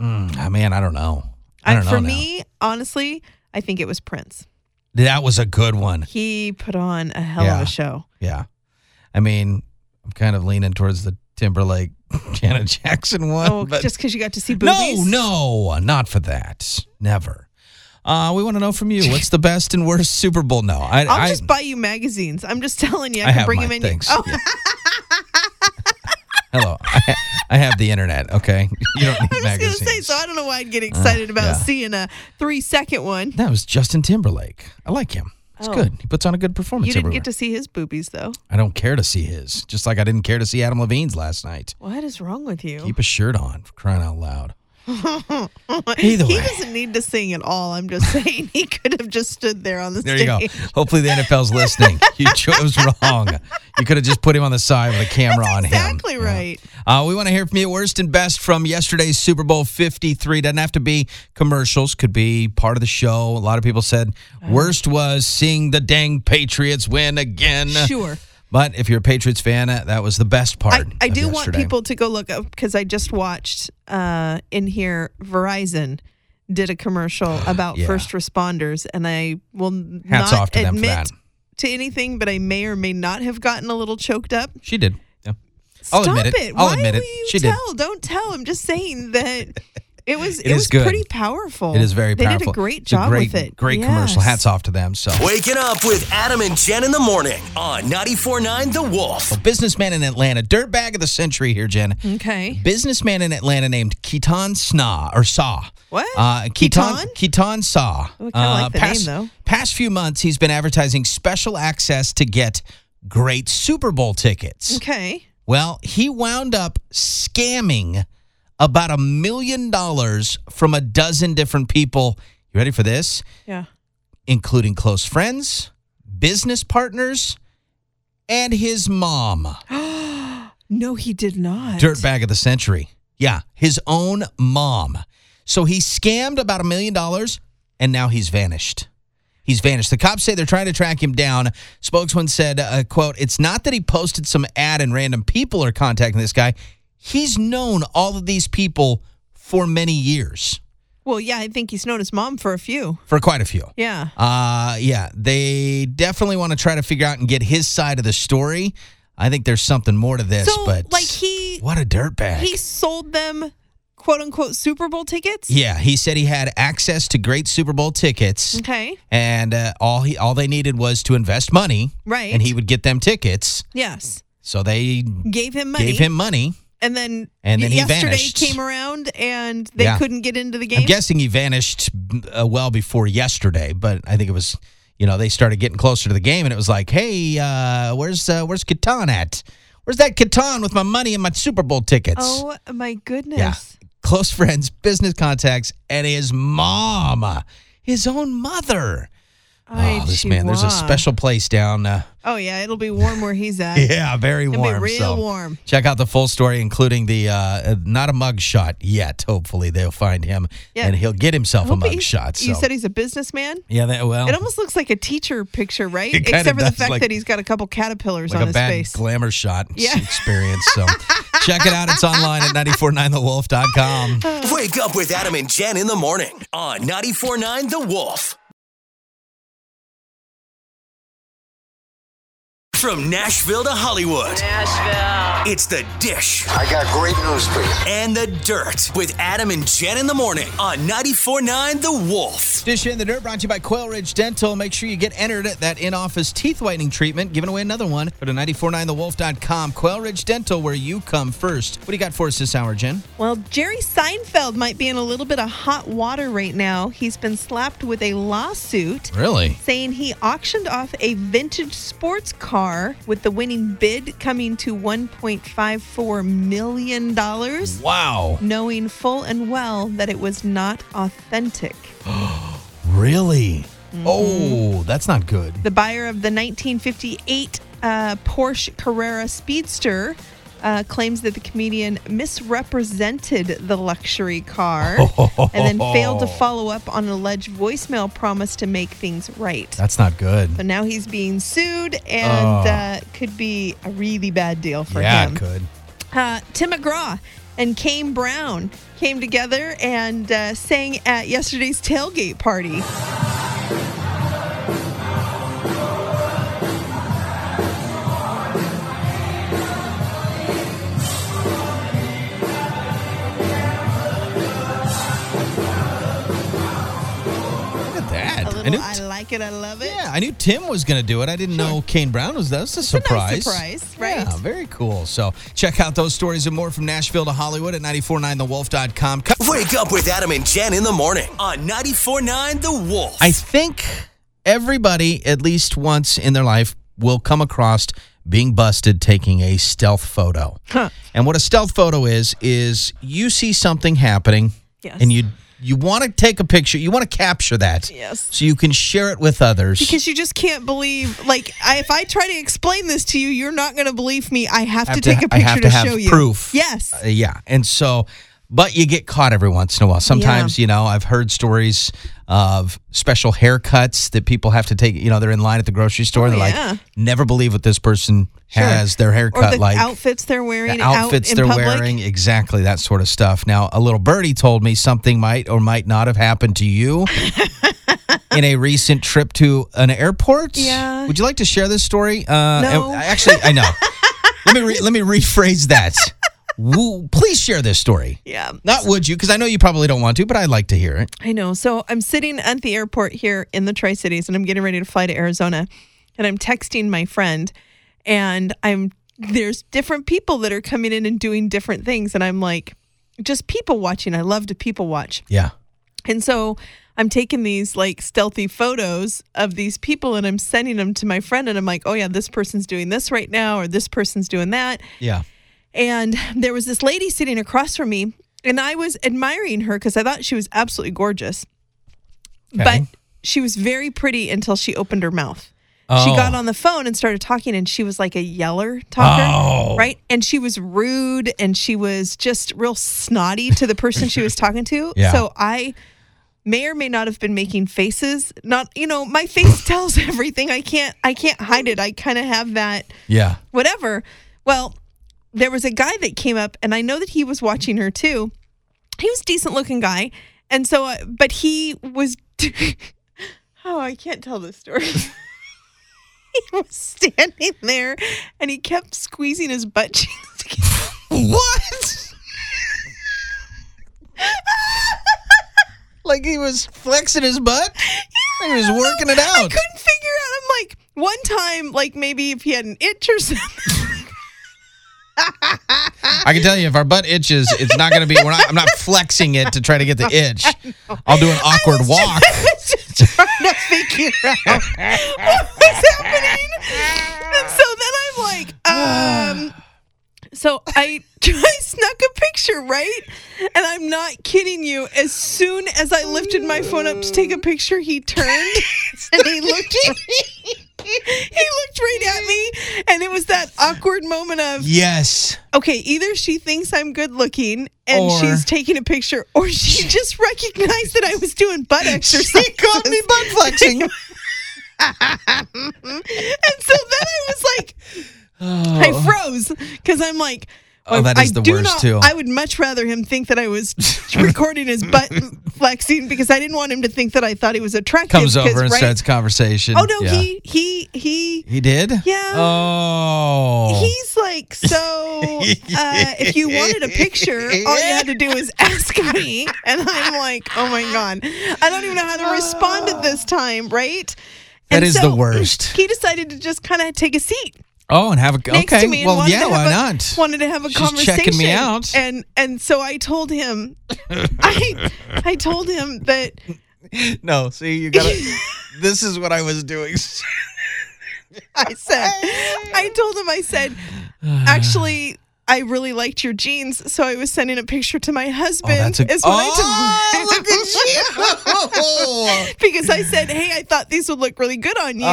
S3: Mm, ah, man, I don't know. I don't know.
S4: for
S3: now.
S4: me, honestly, I think it was Prince.
S3: that was a good one.
S4: He put on a hell of
S3: Yeah.
S4: a show.
S3: Yeah. I mean, I'm kind of leaning towards the Timberlake Janet Jackson one.
S4: Oh,
S3: but-
S4: just because you got to see
S3: No,
S4: boobies?
S3: no, not for that. Never. Uh, we want to know from you what's the best and worst Super Bowl. No, I,
S4: I'll
S3: I,
S4: just buy you magazines. I'm just telling you. I,
S3: I
S4: can
S3: have
S4: bring
S3: my
S4: them in.
S3: things.
S4: Oh,
S3: Yeah. hello. I, I have the internet. Okay, you don't need
S4: I was
S3: magazines. Uh,
S4: gonna say. So I don't know why I'd get excited about
S3: yeah.
S4: seeing a three second one.
S3: that was Justin Timberlake. I like him. It's
S4: Oh.
S3: good. He puts on a good performance
S4: You didn't
S3: everywhere.
S4: get to see his boobies though.
S3: I don't care to see his. Just like I didn't care to see Adam Levine's last night.
S4: What is wrong with you?
S3: Keep a shirt on for crying out loud. Either
S4: he
S3: way.
S4: doesn't need to sing at all. I'm just saying he could have just stood there on the
S3: There you
S4: stage.
S3: go. Hopefully the NFL's listening. You chose wrong. You could have just put him on the side with a camera on him.
S4: Exactly
S3: Yeah.
S4: right.
S3: Uh, we want to hear from you, worst and best from yesterday's Super Bowl 53. Doesn't have to be commercials, could be part of the show. A lot of people said
S4: Uh-huh.
S3: worst was seeing the dang Patriots win again.
S4: Sure.
S3: But if you're a Patriots fan, uh, that was the best part.
S4: I, I
S3: of
S4: do want
S3: yesterday.
S4: people to go look up because I just watched uh, in here Verizon did a commercial about
S3: Yeah.
S4: first responders, and I will n-
S3: Hats
S4: not
S3: off to them for
S4: admit
S3: that.
S4: to anything, but I may or may not have gotten a little choked up.
S3: She did. Yeah. I'll
S4: Stop
S3: admit it. I'll
S4: Why
S3: admit it.
S4: will you
S3: She did.
S4: tell? Don't tell. I'm just saying that it was.
S3: It
S4: It,
S3: is
S4: was
S3: good.
S4: pretty powerful.
S3: It is very
S4: they
S3: powerful.
S4: did a great
S3: It's a
S4: job
S3: great,
S4: with it.
S3: Great commercial.
S4: Yes.
S3: Hats off to them. So.
S1: Waking up with Adam and Jen in the morning on 94.9 The Wolf.
S3: businessman in Atlanta, dirtbag of the century here, Jen.
S4: Okay.
S3: Businessman in Atlanta named Keaton Sna or Saw.
S4: What?
S3: Uh, Keaton
S4: Keaton?
S3: Keaton Saw.
S4: Oh, I kinda like the name,
S3: past,
S4: though.
S3: Past few months, he's been advertising special access to get great Super Bowl tickets.
S4: Okay.
S3: Well, he wound up scamming about a million dollars from a dozen different people. You ready for this?
S4: Yeah.
S3: Including close friends, business partners, and his mom.
S4: No, he did not.
S3: Dirtbag of the century. Yeah, his own mom. So he scammed about a million dollars and now he's vanished. He's vanished. The cops say they're trying to track him down. Spokesman said, uh, quote, it's not that he posted some ad and random people are contacting this guy. He's known all of these people for many years,
S4: Well, yeah, I think he's known his mom for a few.
S3: for quite a few.
S4: Yeah.
S3: Uh, yeah, they definitely want to try to figure out and get his side of the story. I think there's something more to this,
S4: So,
S3: but
S4: like, he-
S3: what a dirtbag.
S4: He sold them quote unquote Super Bowl tickets.
S3: Yeah, he said he had access to great Super Bowl tickets,
S4: Okay.
S3: and uh, all he all they needed was to invest money,
S4: Right.
S3: And he would get them tickets.
S4: Yes.
S3: So they
S4: Gave him money.
S3: gave him money.
S4: and then
S3: And then he
S4: yesterday
S3: vanished.
S4: came around and they
S3: Yeah.
S4: couldn't get into the game.
S3: I'm guessing he vanished uh, well before yesterday, but I think it was you know they started getting closer to the game, and it was like, hey, uh, where's uh, where's Catan at? Where's that Catan with my money and my Super Bowl tickets?
S4: oh my goodness.
S3: Yeah. Close friends, business contacts, and his mom, his own mother.
S4: Ay,
S3: oh, this man, there's a
S4: chihuahua.
S3: special place down. Uh,
S4: Oh yeah, it'll be warm where he's at.
S3: yeah, very
S4: It'll
S3: warm.
S4: be real
S3: so
S4: warm.
S3: Check out the full story, including the uh, uh, not a mug shot yet. Hopefully, they'll find him
S4: Yeah.
S3: and he'll get himself a
S4: Hope
S3: mug
S4: he-
S3: shot. So.
S4: You said he's a businessman.
S3: yeah, that well,
S4: It almost looks like a teacher picture, right?
S3: It kinda
S4: Except for the
S3: does,
S4: fact
S3: like-
S4: that he's got a couple caterpillars
S3: like
S4: on
S3: a
S4: his
S3: bad
S4: face.
S3: glamour shot
S4: Yeah.
S3: experience. So check it out. It's online at 949thewolf.com.
S1: Wake up with Adam and Jen in the morning on 94.9 The Wolf. From Nashville to Hollywood. Nashville. It's the dish
S11: I got great news for you.
S1: and the dirt with Adam and Jen in the morning on 94.9 The Wolf.
S3: Dish in the dirt brought to you by Quail Ridge Dental. Make sure you get entered at that in office teeth whitening treatment. Giving away another one. Go to 949thewolf.com. Quail Ridge Dental, where you come first. What do you got for us this hour, Jen?
S4: Well, Jerry Seinfeld might be in a little bit of hot water right now. He's been slapped with a lawsuit
S3: Really?
S4: saying he auctioned off a vintage sports car with the winning bid coming to $1.54 million,
S3: Wow.
S4: knowing full and well that it was not authentic.
S3: Really?
S4: Mm-hmm.
S3: Oh, that's not good.
S4: The buyer of the 1958 uh, Porsche Carrera Speedster. Uh, claims that the comedian misrepresented the luxury car and then failed to follow up on an alleged voicemail promise to make things right.
S3: That's not good.
S4: So now he's being sued and uh, could be a really bad deal for
S3: Oh. yeah,
S4: him.
S3: it could.
S4: Uh, Tim McGraw and Kane Brown came together and uh, sang at yesterday's tailgate party.
S3: Look at that.
S4: A
S3: I
S4: little,
S3: knew
S4: I
S3: T-
S4: like it, I love it.
S3: yeah, I knew Tim was going to do it. I didn't know Kane Brown was. That was a
S4: a
S3: surprise.
S4: nice surprise, right?
S3: Yeah, Ah, very cool. So check out those stories and more from Nashville to Hollywood at 949thewolf.com. Co-
S1: Wake up with Adam and Jen in the morning on 94.9 The Wolf.
S3: I think everybody, at least once in their life, will come across being busted taking a stealth photo. And what a stealth photo is is you see something happening,
S4: Yes.
S3: and you you want to take a picture, you want to capture that,
S4: Yes.
S3: so you can share it with others.
S4: Because you just can't believe, like, I, if I try to explain this to you, you're not going to believe me. I have,
S3: I
S4: to take a
S3: I
S4: picture
S3: have
S4: to,
S3: have
S4: show you.
S3: proof.
S4: Yes.
S3: Uh, yeah, and so. But you get caught every once in a while. Sometimes, you know, I've heard stories of special haircuts that people have to take. You know, they're in line at the grocery store. and they're
S4: Oh, yeah.
S3: like, never believe what this person has their
S4: or
S3: haircut
S4: the
S3: like.
S4: outfits they're wearing
S3: the
S4: out
S3: outfits
S4: in
S3: they're
S4: public.
S3: wearing, exactly that sort of stuff. Now, a little birdie told me something might or might not have happened to you in a recent trip to an airport.
S4: Yeah.
S3: Would you like to share this story? Uh,
S4: No.
S3: I- Actually, I know. let me re- let me rephrase that. Woo, please share this story.
S4: Yeah.
S3: Not would you? Because I know you probably don't want to, but I'd like to hear it.
S4: I know. So I'm sitting at the airport here in the Tri Cities and I'm getting ready to fly to Arizona. And I'm texting my friend and I'm there's different people that are coming in and doing different things. And I'm like, just people watching. I love to people watch.
S3: Yeah.
S4: And so I'm taking these like stealthy photos of these people and I'm sending them to my friend. And I'm like, oh, yeah, this person's doing this right now or this person's doing that.
S3: Yeah.
S4: and there was this lady sitting across from me, and I was admiring her because I thought she was absolutely gorgeous. But she was very pretty until she opened her mouth. She
S11: Oh.
S4: got on the phone and started talking, and she was like a yeller talker,
S11: Oh.
S4: right? And she was rude and she was just real snotty to the person she was talking to.
S11: Yeah.
S4: So I may or may not have been making faces. Not, you know, my face tells everything. I can't, I can't hide it. I kind of have that
S3: Oh. Yeah.
S4: whatever. Well, there was a guy that came up, and I know that he was watching her too. He was a decent looking guy, and so, uh, but he was. oh, I can't tell this story. he was standing there, and he kept squeezing his butt cheeks.
S3: What? like he was flexing his butt? Like he was working it
S4: I
S3: out.
S4: couldn't figure out. I'm like, one time, like maybe if he had an itch or something.
S3: I can tell you, if our butt itches, it's not going to be. We're not. I'm not flexing it to try to get the itch. I'll do an awkward walk.
S4: I was just trying to figure out what was happening. And so then I'm like, um, so I, I snuck a picture, right? And I'm not kidding you. As soon as I lifted my phone up to take a picture, he turned and he looked. He looked right at me, and it was that awkward moment of
S3: Yes.
S4: okay, either she thinks I'm good looking and
S3: Or-
S4: she's taking a picture, or she just recognized that I was doing butt exercises.
S3: She called me butt flexing.
S4: and so then I was like, I froze because I'm like,
S3: Oh, that
S4: I-
S3: is
S4: I
S3: the
S4: do
S3: worst,
S4: not-
S3: too.
S4: I would much rather him think that I was recording his butt flexing because I didn't want him to think that I thought he was attractive.
S3: Comes
S4: 'cause,
S3: over and
S4: right?
S3: starts conversation.
S4: Oh no,
S3: Yeah.
S4: he he he
S3: He did.
S4: Yeah.
S3: Oh.
S4: He's like, so uh, if you wanted a picture, all you had to do is ask me. And I'm like, oh my God. I don't even know how to respond at this time, right?
S3: Ah. That
S4: And
S3: is the worst.
S4: He decided to just kind of take a seat
S3: oh, and have a
S4: next
S3: okay.
S4: to me. And
S3: well,
S4: wanted
S3: yeah.
S4: to
S3: Why
S4: have a,
S3: not?
S4: Wanted to have a
S3: She's
S4: conversation.
S3: checking me out.
S4: And and so I told him, I I told him that
S3: No. See, you got to This is what I was doing.
S4: I said, I told him, I said, actually, I really liked your jeans, so I was sending a picture to my husband.
S3: Oh, that's a-
S4: is what I
S3: Oh, look at you.
S4: told because I said, hey, I thought these would look really good on you,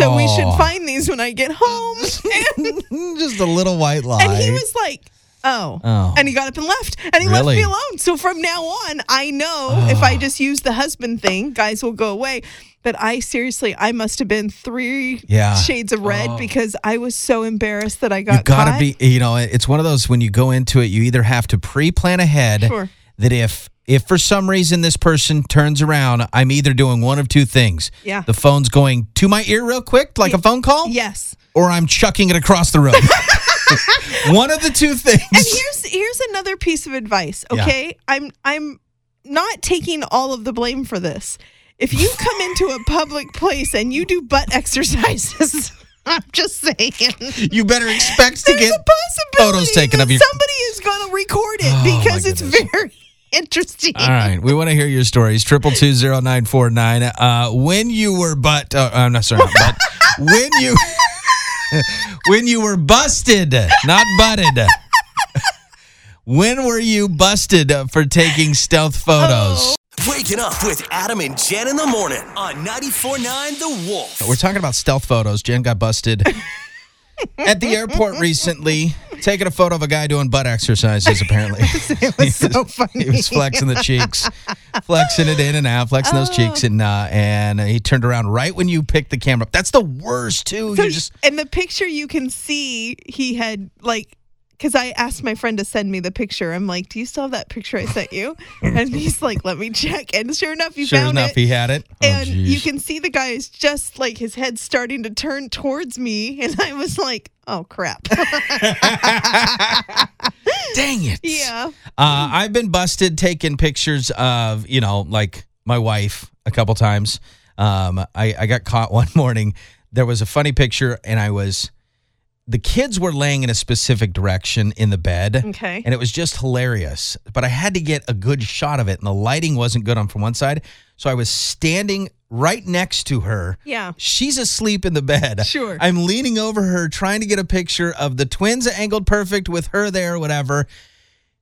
S4: so we
S3: Oh.
S4: should find these when I get home. And,
S3: Just a little white lie.
S4: and he was like. Oh.
S3: Oh.
S4: and he got up and left, and he left
S3: Really? Oh.
S4: me alone. So from now on, I know if I just use the husband thing, guys will go away. But I seriously, I must have been three
S3: Yeah. Oh.
S4: shades of red because I was so embarrassed that I got
S3: you gotta
S4: caught.
S3: be you know it's one of those when you go into it you either have to pre-plan ahead
S4: Sure.
S3: that if if for some reason this person turns around i'm either doing one of two things
S4: Yeah.
S3: the phone's going to my ear real quick like a phone call
S4: Yes.
S3: or i'm chucking it across the room one of the two things
S4: And here's here's another piece of advice,
S3: Yeah.
S4: okay? I'm I'm not taking all of the blame for this. If you come into a public place and you do butt exercises, I'm just saying.
S3: you better expect to
S4: There's
S3: get
S4: a possibility
S3: photos taken
S4: that
S3: of your
S4: somebody is going to record it
S3: Oh, my
S4: because it's
S3: goodness.
S4: very interesting.
S3: all right, we want to hear your stories. Triple two zero nine four nine. Uh, when you were but, uh, I'm not sorry, not but when you when you were busted, not butted. when were you busted for taking stealth photos?
S1: Waking up with Adam and Jen in the morning on 94.9 The Wolf.
S3: We're talking about stealth photos. Jen got busted at the airport recently, taking a photo of a guy doing butt exercises. Apparently, it was so funny. He was flexing the cheeks, flexing it in and out, flexing those cheeks,
S4: Oh.
S3: and uh, and he turned around right when you picked the camera up. That's the worst too.
S4: So
S3: you
S4: he-
S3: just
S4: in the picture, you can see he had like, because I asked my friend to send me the picture. I'm like, "Do you still have that picture I sent you?" And he's like, "Let me check." And sure enough, he
S3: sure
S4: found
S3: enough
S4: it.
S3: he had it. Oh,
S4: and you
S3: jeez.
S4: can see the guy is just like his head starting to turn towards me, and I was like, "Oh crap!"
S3: dang it.
S4: yeah,
S3: Uh, I've been busted taking pictures of, you know, like my wife a couple times. Um, I, I got caught one morning. There was a funny picture, and I was, the kids were laying in a specific direction in the bed.
S4: Okay.
S3: And it was just hilarious. But I had to get a good shot of it, and the lighting wasn't good on from one side. So I was standing right next to her.
S4: Yeah.
S3: She's asleep in the bed.
S4: Sure.
S3: I'm leaning over her, trying to get a picture of the twins angled perfect with her there, whatever.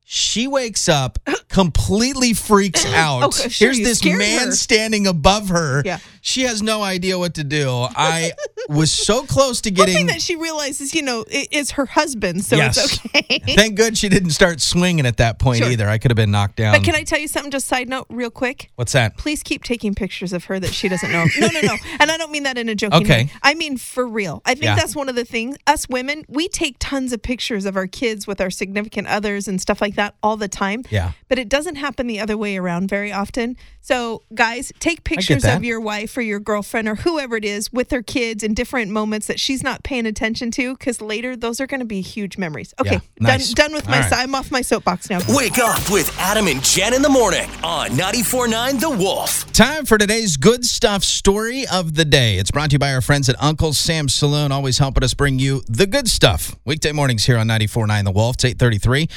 S3: She wakes up, completely freaks out.
S4: Oh, sure,
S3: Here's
S4: you
S3: this
S4: scared
S3: man
S4: her.
S3: standing above her.
S4: Yeah.
S3: She has no idea what to do. I was so close to getting.
S4: Thing that she realizes, you know, i- is her husband, so
S3: Yes.
S4: it's okay.
S3: Thank good she didn't start swinging at that point
S4: Sure.
S3: either. I could have been knocked down.
S4: But can I tell you something? Just side note, real quick.
S3: What's that?
S4: Please keep taking pictures of her that she doesn't know. No, no, no. And I don't mean that in a joking
S3: Okay.
S4: way. I mean for real. I think
S3: Yeah.
S4: that's one of the things. Us women, we take tons of pictures of our kids with our significant others and stuff like that all the time.
S3: Yeah.
S4: But it doesn't happen the other way around very often. So, guys, take pictures
S3: that.
S4: of your wife or your girlfriend or whoever it is with their kids in different moments that she's not paying attention to because later those are going to be huge memories. Okay.
S3: Yeah. Nice.
S4: Done, done with my.
S3: All right.
S4: I'm off my soapbox now.
S1: Wake up with Adam and Jen in the morning on 94.9 The Wolf.
S3: Time for today's good stuff story of the day. It's brought to you by our friends at Uncle Sam's Saloon, always helping us bring you the good stuff. Weekday mornings here on 94.9 The Wolf. It's 833.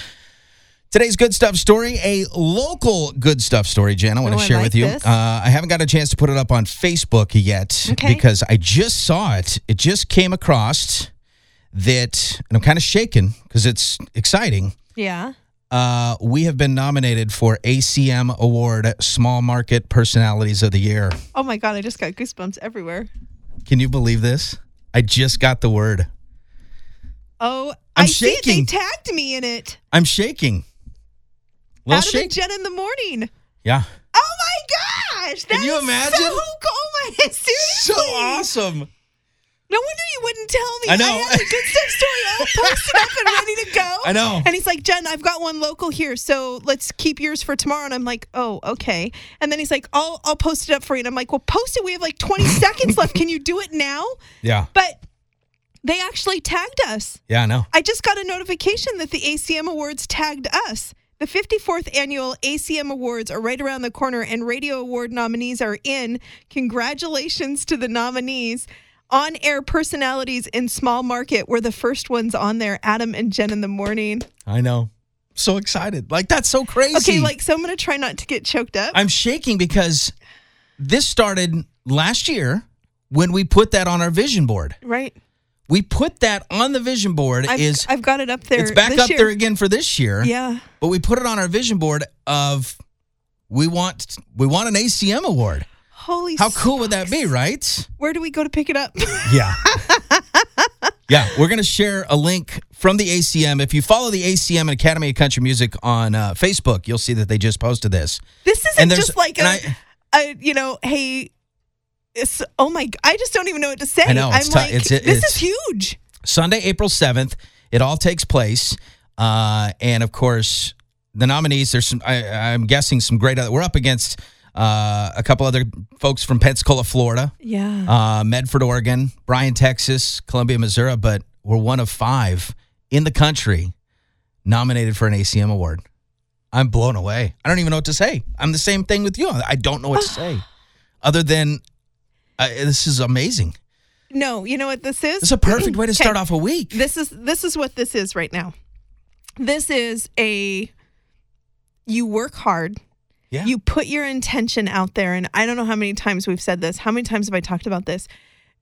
S3: Today's good stuff story, a local good stuff story, Jen. I want
S4: Oh,
S3: to
S4: I
S3: share
S4: like
S3: with you.
S4: this.
S3: Uh, I haven't got a chance to put it up on Facebook yet
S4: Okay.
S3: because I just saw it. It just came across that, and I'm kind of shaken because it's exciting.
S4: Yeah.
S3: Uh, we have been nominated for ACM Award Small Market Personalities of the Year.
S4: Oh my God, I just got goosebumps everywhere.
S3: Can you believe this? I just got the word.
S4: Oh,
S3: I'm
S4: I see it.
S3: shaking.
S4: They tagged me in it.
S3: I'm shaking. Well,
S4: Adam
S3: shake.
S4: and Jen in the morning.
S3: yeah.
S4: Oh my gosh!
S3: Can
S4: that
S3: you
S4: is
S3: imagine?
S4: So cool. Oh my, seriously.
S3: So awesome.
S4: No wonder you wouldn't tell me.
S3: I know.
S4: had a good stuff story all posted up and ready to go.
S3: I know.
S4: And he's like, Jen, I've got one local here, so let's keep yours for tomorrow. And I'm like, oh, okay. And then he's like, I'll I'll post it up for you. And I'm like, well, post it. We have like 20 seconds left. Can you do it now?
S3: Yeah.
S4: But they actually tagged us.
S3: Yeah, I know.
S4: I just got a notification that the ACM Awards tagged us. The 54th annual ACM Awards are right around the corner, and Radio Award nominees are in. Congratulations to the nominees. On air personalities in small market were the first ones on there Adam and Jen in the morning.
S3: I know. So excited. Like, that's so crazy.
S4: Okay, like, so I'm going to try not to get choked up.
S3: I'm shaking because this started last year when we put that on our vision board.
S4: right?
S3: We put that on the vision board
S4: I've,
S3: is
S4: I've got it up there.
S3: it's back
S4: this
S3: up
S4: year.
S3: there again for this year.
S4: Yeah.
S3: But we put it on our vision board of we want we want an ACM award.
S4: Holy
S3: How
S4: s-
S3: cool would that be, right?
S4: Where do we go to pick it up?
S3: Yeah. yeah, we're going to share a link from the ACM. If you follow the ACM and Academy of Country Music on uh, Facebook, you'll see that they just posted this.
S4: This isn't
S3: And there's-
S4: just like a,
S3: and I-
S4: a, you know, hey, it's, oh my, g- I just don't even know what to say.
S3: I know,
S4: am
S3: it's tou-
S4: like,
S3: it's- it-
S4: this
S3: it's-
S4: is huge.
S3: Sunday, April 7th, it all takes place. Uh, and of course, the nominees, there's some, I, I'm guessing some great other, we're up against uh, a couple other folks from Pensacola, Florida.
S4: Yeah.
S3: uh, Medford, Oregon, Bryan, Texas, Columbia, Missouri, but we're one of five in the country nominated for an ACM award. I'm blown away. I don't even know what to say. I'm the same thing with you. I don't know what
S4: Ah.
S3: to say other than uh, this is amazing.
S4: No, you know what this is?
S3: This is a perfect way to start off a week.
S4: This is this is what this is right now. This is a you work hard.
S3: Yeah.
S4: You put your intention out there and I don't know how many times we've said this. How many times have I talked about this?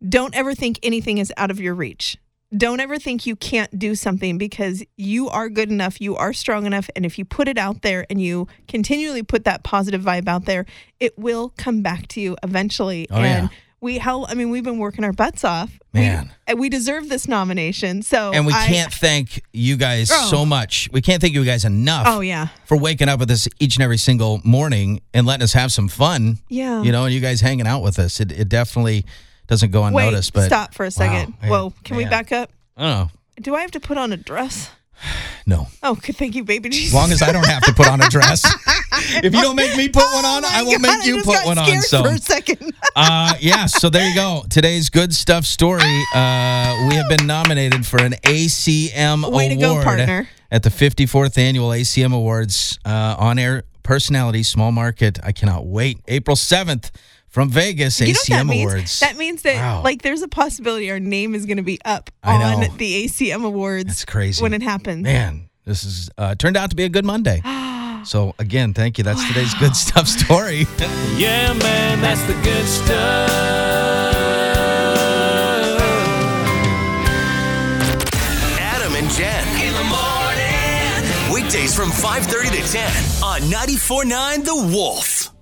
S4: Don't ever think anything is out of your reach. Don't ever think you can't do something because you are good enough, you are strong enough, and if you put it out there and you continually put that positive vibe out there, it will come back to you eventually.
S3: Oh, yeah.
S4: and we hell I mean, we've been working our butts off.
S3: Man.
S4: We, and we deserve this nomination. So
S3: and we
S4: I-
S3: can't thank you guys
S4: Oh.
S3: so much. We can't thank you guys enough.
S4: Oh yeah.
S3: For waking up with us each and every single morning and letting us have some fun.
S4: Yeah.
S3: You know, and you guys hanging out with us. It, it definitely doesn't go
S4: Wait,
S3: unnoticed. but
S4: stop for a second.
S3: man,
S4: Whoa, can we
S3: man.
S4: back up?
S3: I don't know.
S4: Do I have to put on a dress?
S3: No.
S4: Oh, good, thank you, baby Jesus.
S3: As long as I don't have to put on a dress. if you don't make me put one
S4: Oh
S3: on, I won't make you put one on. So,
S4: for a second.
S3: uh, yeah. So there you go. Today's good stuff story. Uh, we have been nominated for an ACM
S4: Way to
S3: award
S4: go, partner.
S3: at the 54th annual ACM Awards uh, on air personality small market. I cannot wait. April 7th from Vegas
S4: you know what
S3: ACM
S4: that means?
S3: Awards.
S4: That means that
S3: Wow.
S4: like there's a possibility our name is going to be up
S3: I know.
S4: on the ACM Awards.
S3: That's crazy.
S4: When it happens.
S3: Man, this is uh, turned out to be a good Monday. So again, thank you. That's today's good stuff story.
S2: Yeah, man, that's the good stuff.
S1: Adam and Jen in the morning. Weekdays from 5:30 to 10 on 94.9 The Wolf.